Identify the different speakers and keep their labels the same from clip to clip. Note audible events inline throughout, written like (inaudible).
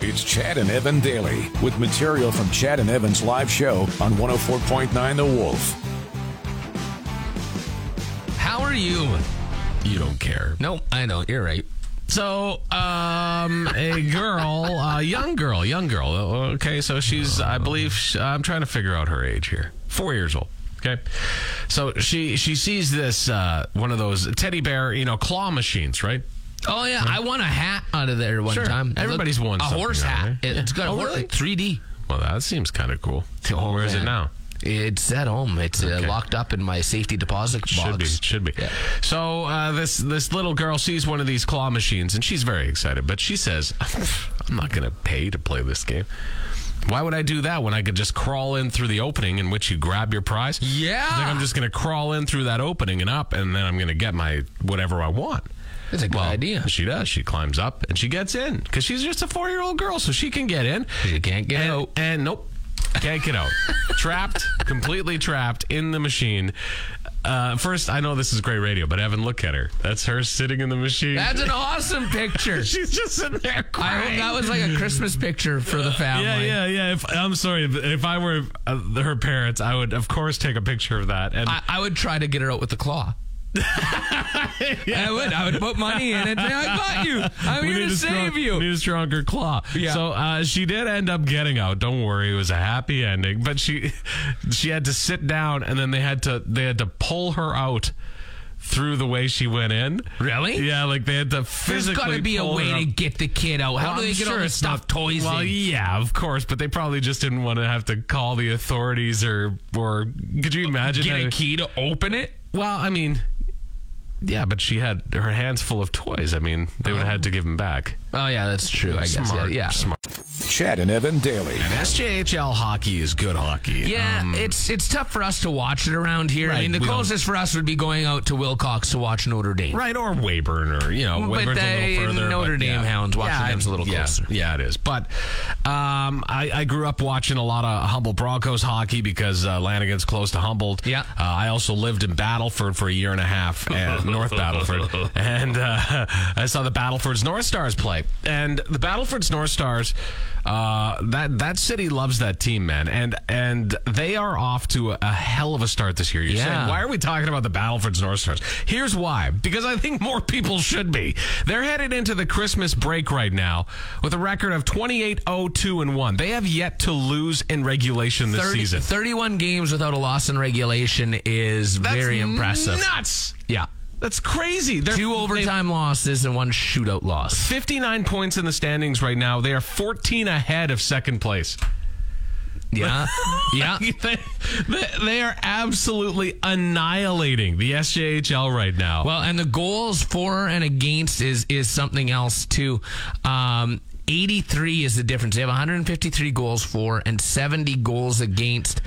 Speaker 1: It's Chad and Evan Daily with material from Chad and Evan's live show on 104.9 The Wolf.
Speaker 2: How are you? You don't care. No, I know. You're right. So, um, a girl, a young girl, young girl. Okay, so she's, I believe, sh- I'm trying to figure out her age here. Four years old. Okay, so she she sees this uh, one of those teddy bear, you know, claw machines, right?
Speaker 3: Oh yeah, I won a hat out of there one
Speaker 2: Sure.
Speaker 3: time. It
Speaker 2: Everybody's
Speaker 3: looked-
Speaker 2: won
Speaker 3: a
Speaker 2: something
Speaker 3: horse
Speaker 2: out of
Speaker 3: hat.
Speaker 2: there.
Speaker 3: It's got a
Speaker 2: Oh,
Speaker 3: horse,
Speaker 2: really?
Speaker 3: 3D.
Speaker 2: Well, that seems kind of
Speaker 3: (laughs)
Speaker 2: cool. Where is it
Speaker 3: Oh, man.
Speaker 2: now?
Speaker 3: It's at home. It's
Speaker 2: Okay.
Speaker 3: uh, locked up in my safety deposit box.
Speaker 2: Should be, should be.
Speaker 3: Yeah.
Speaker 2: So uh, this this little girl sees one of these claw machines, and she's very excited. But she says, "I'm not going to pay to play this game. Why would I do that when I could just crawl in through the opening in which you grab your prize?
Speaker 3: Yeah.
Speaker 2: She's like, I'm just going to crawl in through that opening and up, and then I'm going to get my whatever I want."
Speaker 3: That's a good
Speaker 2: Well,
Speaker 3: idea.
Speaker 2: She does. She climbs up and she gets in because she's just a four year old girl, so she can get in.
Speaker 3: She can't get
Speaker 2: and,
Speaker 3: out.
Speaker 2: And nope, can't get (laughs) out. trapped, completely trapped in the machine. Uh, first, I know this is great radio, but Evan, look at her. That's her sitting in the machine.
Speaker 3: That's an awesome picture. (laughs)
Speaker 2: She's just sitting there
Speaker 3: I
Speaker 2: crying.
Speaker 3: hope that was like a Christmas picture for the family.
Speaker 2: yeah, yeah, yeah. If, I'm sorry. If, if I were uh, her parents, I would, of course, take a picture of that. And
Speaker 3: I, I would try to get her out with the (laughs) claw. I would. I would put money in it. and say, I got you. I'm
Speaker 2: We
Speaker 3: here
Speaker 2: need
Speaker 3: to
Speaker 2: a strong-
Speaker 3: save you.
Speaker 2: Need a stronger claw.
Speaker 3: Yeah.
Speaker 2: So uh, she did end up getting out. Don't worry, it was a happy ending. But she (laughs) she had to sit down, and then they had to they had to pull her out through the way she went in.
Speaker 3: Really?
Speaker 2: Yeah, like they had to
Speaker 3: There's
Speaker 2: physically.
Speaker 3: got to be a
Speaker 2: pull her
Speaker 3: way
Speaker 2: up.
Speaker 3: to get the kid out. How
Speaker 2: Well,
Speaker 3: do they
Speaker 2: I'm
Speaker 3: get
Speaker 2: sure
Speaker 3: all the
Speaker 2: it's
Speaker 3: stuff
Speaker 2: not-
Speaker 3: toys
Speaker 2: Well,
Speaker 3: in?
Speaker 2: yeah, of course, but they probably just didn't want to have to call the authorities or or could you imagine
Speaker 3: Get
Speaker 2: how-
Speaker 3: a key to open it?
Speaker 2: well, I mean, yeah, but she had her hands full of toys. I mean, they would have had to give them back.
Speaker 3: Oh yeah, that's true. I guess. Yeah.
Speaker 2: Smart,
Speaker 3: yeah.
Speaker 2: smart.
Speaker 1: Chad and Evan Daily.
Speaker 2: SJHL hockey is good hockey.
Speaker 3: Yeah,
Speaker 2: Um,
Speaker 3: it's it's tough for us to watch it around here. I
Speaker 2: Right,
Speaker 3: mean, the
Speaker 2: we don't-
Speaker 3: closest for us would be going out to Wilcox to watch Notre Dame.
Speaker 2: right, or Weyburn, or you know,
Speaker 3: But
Speaker 2: Weyburn's
Speaker 3: they-
Speaker 2: a little further.
Speaker 3: Notre
Speaker 2: but
Speaker 3: Dame
Speaker 2: yeah.
Speaker 3: hounds watching
Speaker 2: yeah,
Speaker 3: them's a little
Speaker 2: yeah,
Speaker 3: closer.
Speaker 2: Yeah, it is. But um, I, I grew up watching a lot of Humboldt Broncos hockey because uh, Lanigan's close to Humboldt.
Speaker 3: Yeah.
Speaker 2: Uh, I also lived in Battleford for a year and a half,
Speaker 3: (laughs)
Speaker 2: uh, North Battleford, and uh, I saw the Battleford's North Stars play. And the Battleford's North Stars, uh, that that city loves that team, man, and and they are off to a, a hell of a start this year. You're
Speaker 3: Yeah.
Speaker 2: saying, why are we talking about the Battleford's North Stars? Here's why: because I think more people should be. They're headed into the Christmas break right now with a record of 28-02 and one. They have yet to lose in regulation this
Speaker 3: 30
Speaker 2: season.
Speaker 3: 31 games without a loss in regulation is
Speaker 2: That's
Speaker 3: very impressive.
Speaker 2: Nuts.
Speaker 3: yeah.
Speaker 2: That's crazy. They're
Speaker 3: Two overtime losses and one shootout loss.
Speaker 2: 59 points in the standings right now. They are 14 ahead of second place. (laughs)
Speaker 3: Yeah. yeah.
Speaker 2: They, they are absolutely annihilating the SJHL right now. (laughs)
Speaker 3: Well, and the goals for and against is is something else too. Um 83 is the difference. They have 153 goals for and 70 goals against.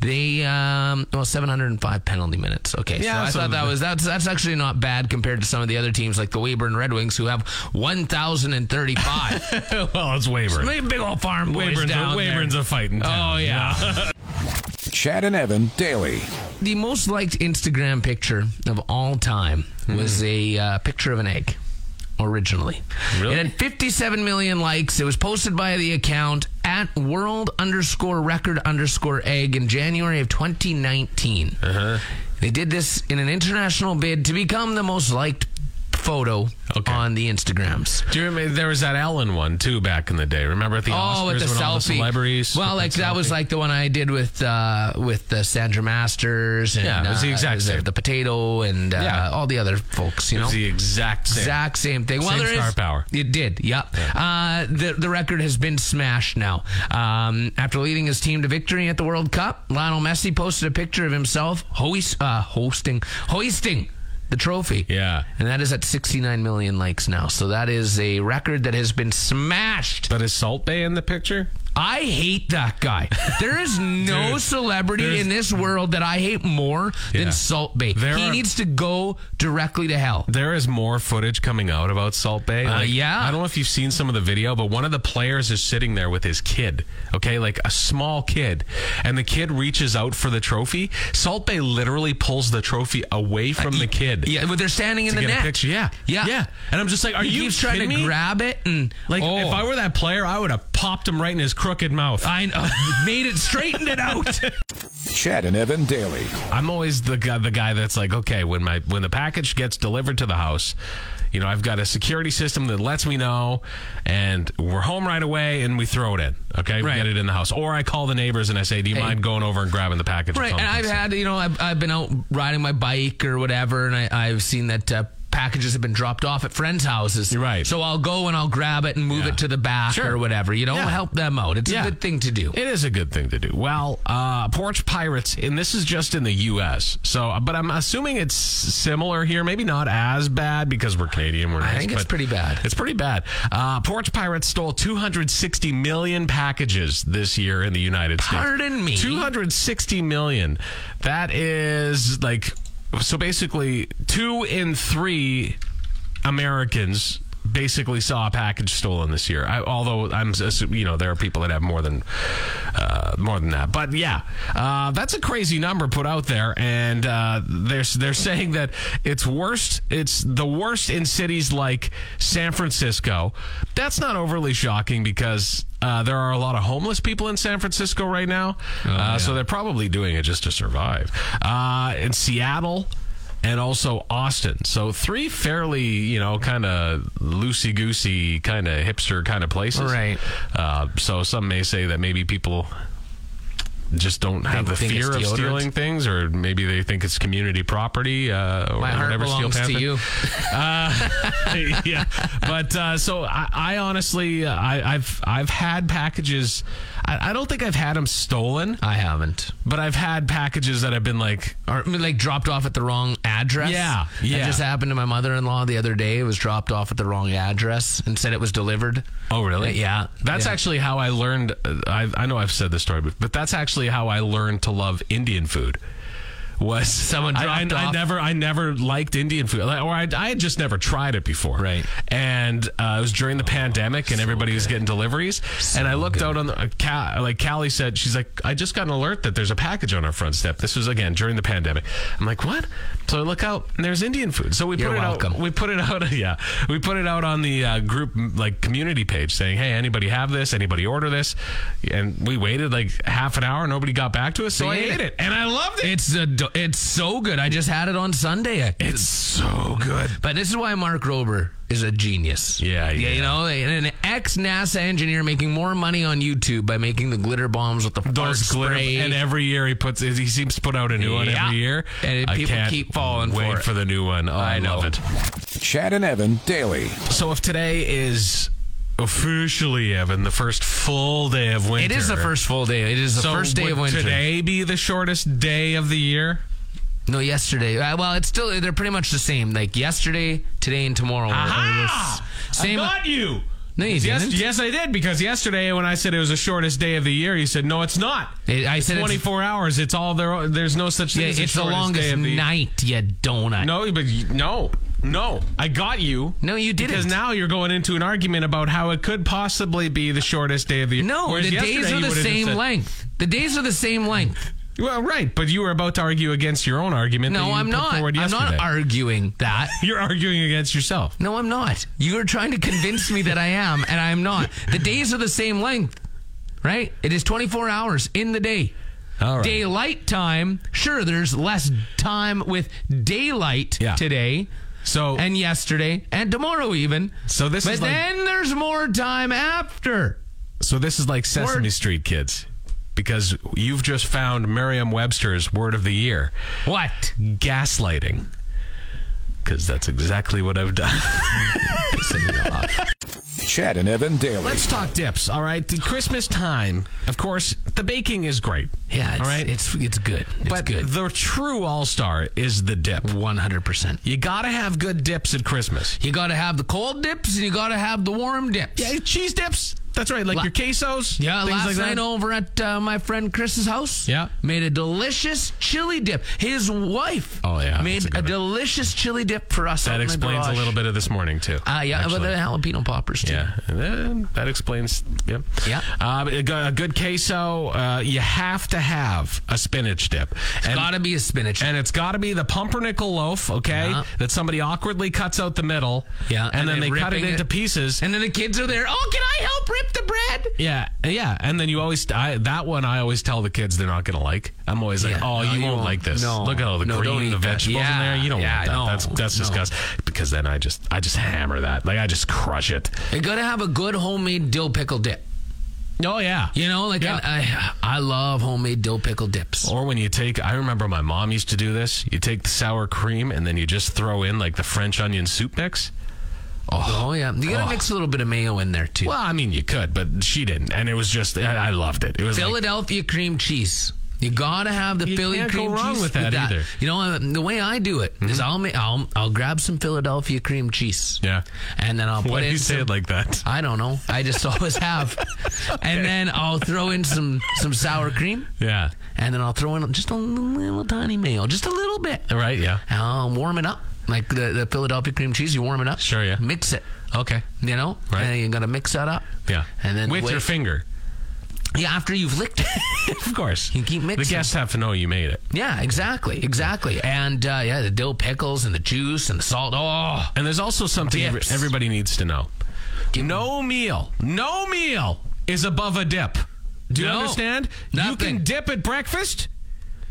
Speaker 3: They um well 705 penalty minutes. Okay.
Speaker 2: Yeah,
Speaker 3: so I
Speaker 2: so
Speaker 3: thought that
Speaker 2: the-
Speaker 3: was that's that's actually not bad compared to some of the other teams like the Weyburn Red Wings who have
Speaker 2: (laughs)
Speaker 3: 1035.
Speaker 2: Well, it's Wayburn.
Speaker 3: Maybe big old farm boys
Speaker 2: Wayburn's,
Speaker 3: down
Speaker 2: a,
Speaker 3: there.
Speaker 2: Wayburn's a fighting
Speaker 3: Oh
Speaker 2: town.
Speaker 3: yeah.
Speaker 1: Chad and Evan Daily.
Speaker 3: the most liked Instagram picture of all time
Speaker 2: Hmm.
Speaker 3: was a uh, picture of an egg originally.
Speaker 2: Really?
Speaker 3: It had 57 million likes. It was posted by the account at world underscore record underscore egg in January of 2019. (laughs) Uh-huh. They did this in an international bid to become the most liked photo
Speaker 2: Okay.
Speaker 3: on the Instagrams.
Speaker 2: Do you remember there was that Ellen one too back in the day? Remember at the
Speaker 3: Oh,
Speaker 2: Oscars
Speaker 3: with the
Speaker 2: when all the
Speaker 3: selfie.
Speaker 2: celebrities?
Speaker 3: Well, like that was like the one I did with uh, with uh, Sandra Masters and
Speaker 2: Yeah, it was the
Speaker 3: uh,
Speaker 2: exact
Speaker 3: was it
Speaker 2: same.
Speaker 3: the potato and uh,
Speaker 2: Yeah.
Speaker 3: all the other folks. You
Speaker 2: It
Speaker 3: know,
Speaker 2: was the exact same.
Speaker 3: exact same thing.
Speaker 2: Same
Speaker 3: there is-
Speaker 2: star power.
Speaker 3: It did. Yep. Uh, the the record has been smashed now. Um, after leading his team to victory at the World Cup, Lionel Messi posted a picture of himself hoist, uh, hosting hoisting the trophy.
Speaker 2: Yeah.
Speaker 3: And that is at 69 million likes now. So that is a record that has been smashed.
Speaker 2: But is Salt Bay in the picture?
Speaker 3: I hate that guy. There
Speaker 2: (laughs)
Speaker 3: is no
Speaker 2: Dude,
Speaker 3: celebrity
Speaker 2: there's-
Speaker 3: in this world that I hate more
Speaker 2: Yeah.
Speaker 3: than Salt Bay.
Speaker 2: There
Speaker 3: he
Speaker 2: are-
Speaker 3: needs to go directly to hell.
Speaker 2: There is more footage coming out about Salt Bay.
Speaker 3: Uh, yeah.
Speaker 2: I don't know if you've seen some of the video, but one of the players is sitting there with his kid, okay, like a small kid, and the kid reaches out for the trophy. Salt Bay literally pulls the trophy away from the kid.
Speaker 3: Yeah, but they're standing Uh, e- in
Speaker 2: To
Speaker 3: the
Speaker 2: get
Speaker 3: net.
Speaker 2: a picture, yeah,
Speaker 3: Yeah.
Speaker 2: yeah, and I'm just like, are
Speaker 3: he
Speaker 2: you
Speaker 3: keeps trying to
Speaker 2: kidding me?
Speaker 3: grab it and
Speaker 2: Like,
Speaker 3: oh.
Speaker 2: if I were that player, I would have popped him right in his crooked mouth.
Speaker 3: I uh, (laughs) made it straightened it
Speaker 2: (laughs)
Speaker 3: out.
Speaker 1: Chad and Evan daily.
Speaker 2: I'm always the guy, the guy that's like, okay, when my when the package gets delivered to the house, you know, I've got a security system that lets me know, and we're home right away, and we throw it in. Okay, we
Speaker 3: Right.
Speaker 2: get it in the house, or I call the neighbors and I say, do you mind going over and grabbing the package?
Speaker 3: Right, and I've had you know I've, I've been out riding my bike or whatever, and I, I've seen that uh, packages have been dropped off at friends' houses.
Speaker 2: You're right.
Speaker 3: So I'll go and I'll grab it and move
Speaker 2: Yeah.
Speaker 3: it to the back
Speaker 2: Sure.
Speaker 3: or whatever. You know,
Speaker 2: Yeah.
Speaker 3: help them out. It's
Speaker 2: Yeah.
Speaker 3: a good thing to do.
Speaker 2: It is a good thing to do. Well, uh, porch pirates, and this is just in the U.S. So, uh, but I'm assuming it's similar here. Maybe not as bad because we're Canadian. We're
Speaker 3: I think it's pretty bad.
Speaker 2: It's pretty bad. Uh, porch pirates stole 260 million packages this year in the United
Speaker 3: Pardon me?
Speaker 2: States. 260 million. That is like so. Basically, two in three Americans basically saw a package stolen this year. I, although I'm, assu- you know, there are people that have more than uh, more than that. But yeah, uh, that's a crazy number put out there, and uh, they're they're saying that it's worst. It's the worst in cities like San Francisco. That's not overly shocking because. Uh, there are a lot of homeless people in San Francisco right now,
Speaker 3: Oh,
Speaker 2: uh, so they're probably doing it just to survive. Uh, in Seattle, and also Austin. So three fairly, you know, kind of loosey goosey, kind of hipster kind of places.
Speaker 3: Right.
Speaker 2: Uh, so some may say that maybe people just don't have the
Speaker 3: think
Speaker 2: fear
Speaker 3: it's
Speaker 2: of
Speaker 3: deodorant.
Speaker 2: stealing things, or maybe they think it's community property. Uh, or
Speaker 3: My heart
Speaker 2: whatever
Speaker 3: belongs
Speaker 2: steel
Speaker 3: to
Speaker 2: panther.
Speaker 3: you.
Speaker 2: Uh, (laughs) yeah, but uh, so I, I honestly, I, I've I've had packages. I, I don't think I've had them stolen,
Speaker 3: I haven't.
Speaker 2: but I've had packages that have been like
Speaker 3: Or I mean, like dropped off at the wrong address.
Speaker 2: Yeah,
Speaker 3: That
Speaker 2: yeah.
Speaker 3: just happened to my mother-in-law the other day. It was dropped off at the wrong address and said it was delivered.
Speaker 2: Oh, really?
Speaker 3: Yeah.
Speaker 2: That's
Speaker 3: Yeah.
Speaker 2: actually how I learned. I, I know I've said this story, but, but that's actually how I learned to love Indian food. Was
Speaker 3: (laughs) Someone
Speaker 2: I, I,
Speaker 3: dropped
Speaker 2: I
Speaker 3: off-
Speaker 2: never I never liked Indian food, like, or I, I had just never tried it before.
Speaker 3: Right. Oh,
Speaker 2: And uh, it was during the pandemic, and everybody was getting deliveries. and I looked out on the uh, Ca- like Callie said, she's like, I just got an alert that there's a package on our front step. This was again during the pandemic. I'm like, what? So I look out, and there's Indian food. So we
Speaker 3: You're
Speaker 2: put it
Speaker 3: welcome.
Speaker 2: out. We put it out. (laughs) Yeah, we put it out on the uh, group like community page saying, "Hey, anybody have this? Anybody order this?" And we waited like half an hour. Nobody got back to us, so
Speaker 3: We
Speaker 2: I
Speaker 3: ate
Speaker 2: ate
Speaker 3: it.
Speaker 2: it. and I loved it.
Speaker 3: It's a, it's so good. I just had it on Sunday.
Speaker 2: It's so good.
Speaker 3: But this is why Mark Rober is a genius.
Speaker 2: Yeah, yeah.
Speaker 3: You know, an ex NASA engineer making more money on YouTube by making the glitter bombs with the
Speaker 2: Those
Speaker 3: fart
Speaker 2: glitter,
Speaker 3: spray.
Speaker 2: and every year he puts, he seems to put out a new one
Speaker 3: Yeah.
Speaker 2: every year,
Speaker 3: And
Speaker 2: I
Speaker 3: people
Speaker 2: can't
Speaker 3: keep falling for
Speaker 2: wait
Speaker 3: it.
Speaker 2: the new one. Oh, I,
Speaker 3: I know.
Speaker 2: love it.
Speaker 1: Chad and Evan daily.
Speaker 2: So if today is officially Evan, the first full day of winter,
Speaker 3: it is the first full day. It is the
Speaker 2: So
Speaker 3: first day
Speaker 2: would
Speaker 3: of winter.
Speaker 2: Today be the shortest day of the year.
Speaker 3: No, yesterday. Uh, well, it's still they're pretty much the same. Like yesterday, today, and tomorrow. are- are
Speaker 2: Aha!
Speaker 3: the same.
Speaker 2: I got you.
Speaker 3: no, you
Speaker 2: Yes,
Speaker 3: didn't.
Speaker 2: yes, I did because yesterday when I said it was the shortest day of the year, you said no, it's not.
Speaker 3: It- I said it's-
Speaker 2: 24 hours. It's all there. There's no such thing.
Speaker 3: Yeah,
Speaker 2: as
Speaker 3: it's, the
Speaker 2: shortest day
Speaker 3: longest
Speaker 2: of the-
Speaker 3: night, you donut.
Speaker 2: No, but you- no, no. I got you.
Speaker 3: No, you didn't.
Speaker 2: Because now you're going into an argument about how it could possibly be the shortest day of the year.
Speaker 3: No, the
Speaker 2: Whereas
Speaker 3: days are
Speaker 2: yesterday you
Speaker 3: the
Speaker 2: would've just
Speaker 3: same
Speaker 2: said-
Speaker 3: length. The days are the same length.
Speaker 2: Well, right, but you were about to argue against your own argument. that
Speaker 3: No,
Speaker 2: you
Speaker 3: I'm
Speaker 2: put
Speaker 3: not.
Speaker 2: forward
Speaker 3: I'm
Speaker 2: yesterday.
Speaker 3: not arguing that.
Speaker 2: You're arguing against yourself.
Speaker 3: No, I'm not. You are trying to convince me that I am, and I am not. The days are the same length, right? It is 24 hours in the day.
Speaker 2: All right.
Speaker 3: Daylight time, sure, there's less time with daylight
Speaker 2: Yeah.
Speaker 3: today
Speaker 2: So
Speaker 3: and yesterday and tomorrow, even.
Speaker 2: So this
Speaker 3: but
Speaker 2: is like-
Speaker 3: then there's more time after.
Speaker 2: So this is like Sesame
Speaker 3: Word-
Speaker 2: Street kids because you've just found Merriam-Webster's word of the year,
Speaker 3: What?
Speaker 2: gaslighting. Cuz that's exactly what I've done. (laughs)
Speaker 1: Chad and Evan daily.
Speaker 2: Let's talk dips, all right? The Christmas time. Of course, the baking is great.
Speaker 3: Yeah, it's,
Speaker 2: all right.
Speaker 3: it's, it's good. It's
Speaker 2: but
Speaker 3: good.
Speaker 2: the true all-star is the dip.
Speaker 3: 100%.
Speaker 2: You got to have good dips at Christmas.
Speaker 3: You got to have the cold dips and you got to have the warm dips.
Speaker 2: Yeah, cheese dips. That's right, like
Speaker 3: La-
Speaker 2: your quesos.
Speaker 3: Yeah,
Speaker 2: things
Speaker 3: last
Speaker 2: like
Speaker 3: night
Speaker 2: that.
Speaker 3: over at uh, my friend Chris's house.
Speaker 2: Yeah.
Speaker 3: made a delicious chili dip. His wife.
Speaker 2: Oh, yeah, that's
Speaker 3: made
Speaker 2: a
Speaker 3: a,
Speaker 2: good one.
Speaker 3: delicious chili dip for us. out
Speaker 2: That
Speaker 3: in the
Speaker 2: explains a
Speaker 3: garage.
Speaker 2: little bit of this morning too.
Speaker 3: Uh, yeah, but
Speaker 2: actually.
Speaker 3: the jalapeno poppers too.
Speaker 2: Yeah, and then that explains. Yep.
Speaker 3: Yeah.
Speaker 2: Uh, a go- a good queso, uh, you have to have a spinach dip. And,
Speaker 3: Gotta be a spinach.
Speaker 2: and it's got to be the pumpernickel loaf, okay?
Speaker 3: Yeah.
Speaker 2: That somebody awkwardly cuts out the middle.
Speaker 3: Yeah,
Speaker 2: And,
Speaker 3: and
Speaker 2: then they
Speaker 3: they're
Speaker 2: cut it
Speaker 3: ripping
Speaker 2: into
Speaker 3: it.
Speaker 2: pieces.
Speaker 3: and then the kids are there. Oh, can I help rip the bread?
Speaker 2: yeah, yeah, and then you always I, that one I always tell the kids they're not gonna like. I'm always like,
Speaker 3: Yeah,
Speaker 2: oh,
Speaker 3: no,
Speaker 2: you,
Speaker 3: you
Speaker 2: won't,
Speaker 3: won't.
Speaker 2: like this.
Speaker 3: No.
Speaker 2: Look at all the
Speaker 3: No, don't
Speaker 2: green,
Speaker 3: eat
Speaker 2: the
Speaker 3: that.
Speaker 2: vegetables
Speaker 3: Yeah,
Speaker 2: in there. You don't
Speaker 3: yeah,
Speaker 2: want that.
Speaker 3: no,
Speaker 2: that's that's
Speaker 3: no.
Speaker 2: disgusting. Because then I just I just hammer that. Like I just crush it.
Speaker 3: You gotta have a good homemade dill pickle dip.
Speaker 2: Oh yeah,
Speaker 3: You know, like
Speaker 2: Yeah. Oh.
Speaker 3: and I, I love homemade dill pickle dips.
Speaker 2: Or when you take, I remember my mom used to do this. You take the sour cream and then you just throw in like the French onion soup mix.
Speaker 3: Oh, yeah, you gotta
Speaker 2: Oh.
Speaker 3: mix a little bit of mayo in there too.
Speaker 2: Well, I mean, you could, but she didn't, and it was just, I, I loved it. It was like,
Speaker 3: Philadelphia cream cheese. You gotta have the
Speaker 2: You
Speaker 3: Philly
Speaker 2: can't go
Speaker 3: cream
Speaker 2: wrong
Speaker 3: cheese
Speaker 2: with that either. Mm-hmm.
Speaker 3: You know uh, the way I do it is I'll, ma- I'll I'll grab some Philadelphia cream cheese.
Speaker 2: Yeah.
Speaker 3: and
Speaker 2: (laughs)
Speaker 3: then I'll put
Speaker 2: why do
Speaker 3: in
Speaker 2: you say
Speaker 3: some-
Speaker 2: it like that?
Speaker 3: I don't know. I just (laughs) always have, and then I'll throw in some some sour cream,
Speaker 2: Yeah,
Speaker 3: and then I'll throw in just a little tiny mayo, just a little bit.
Speaker 2: right. Yeah,
Speaker 3: And I'll warm it up like the, the Philadelphia cream cheese. You warm it up.
Speaker 2: Sure, yeah.
Speaker 3: Mix it. Okay. You know,
Speaker 2: Right.
Speaker 3: and then you gotta mix that up.
Speaker 2: yeah.
Speaker 3: And then
Speaker 2: with
Speaker 3: wait-
Speaker 2: your finger,
Speaker 3: yeah after you've licked it. (laughs)
Speaker 2: of course.
Speaker 3: You keep
Speaker 2: The
Speaker 3: mixing.
Speaker 2: guests have to know you made it,
Speaker 3: Yeah, exactly, exactly. And uh, yeah, the dill pickles and the juice and the salt. Oh,
Speaker 2: and there's also something every-
Speaker 3: Dips.
Speaker 2: everybody needs to know. no meal, no meal is above a dip. Do you
Speaker 3: No,
Speaker 2: understand? You
Speaker 3: nothing.
Speaker 2: can dip at breakfast.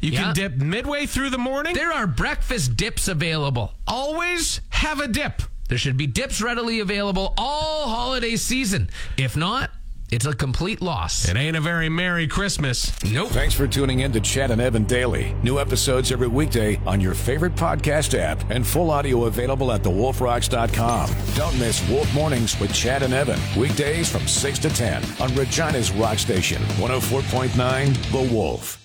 Speaker 2: You
Speaker 3: Yeah.
Speaker 2: can dip midway through the morning.
Speaker 3: there are breakfast dips available.
Speaker 2: always have a dip.
Speaker 3: There should be dips readily available all holiday season. If not, it's a complete loss.
Speaker 2: It ain't a very Merry Christmas.
Speaker 3: Nope.
Speaker 1: Thanks for tuning in to Chad and Evan Daily. New episodes every weekday on your favorite podcast app and full audio available at thewolfrocks.com. Don't miss Wolf Mornings with Chad and Evan. oh Weekdays from 6 to 10 on Regina's Rock Station, 104.9 The Wolf.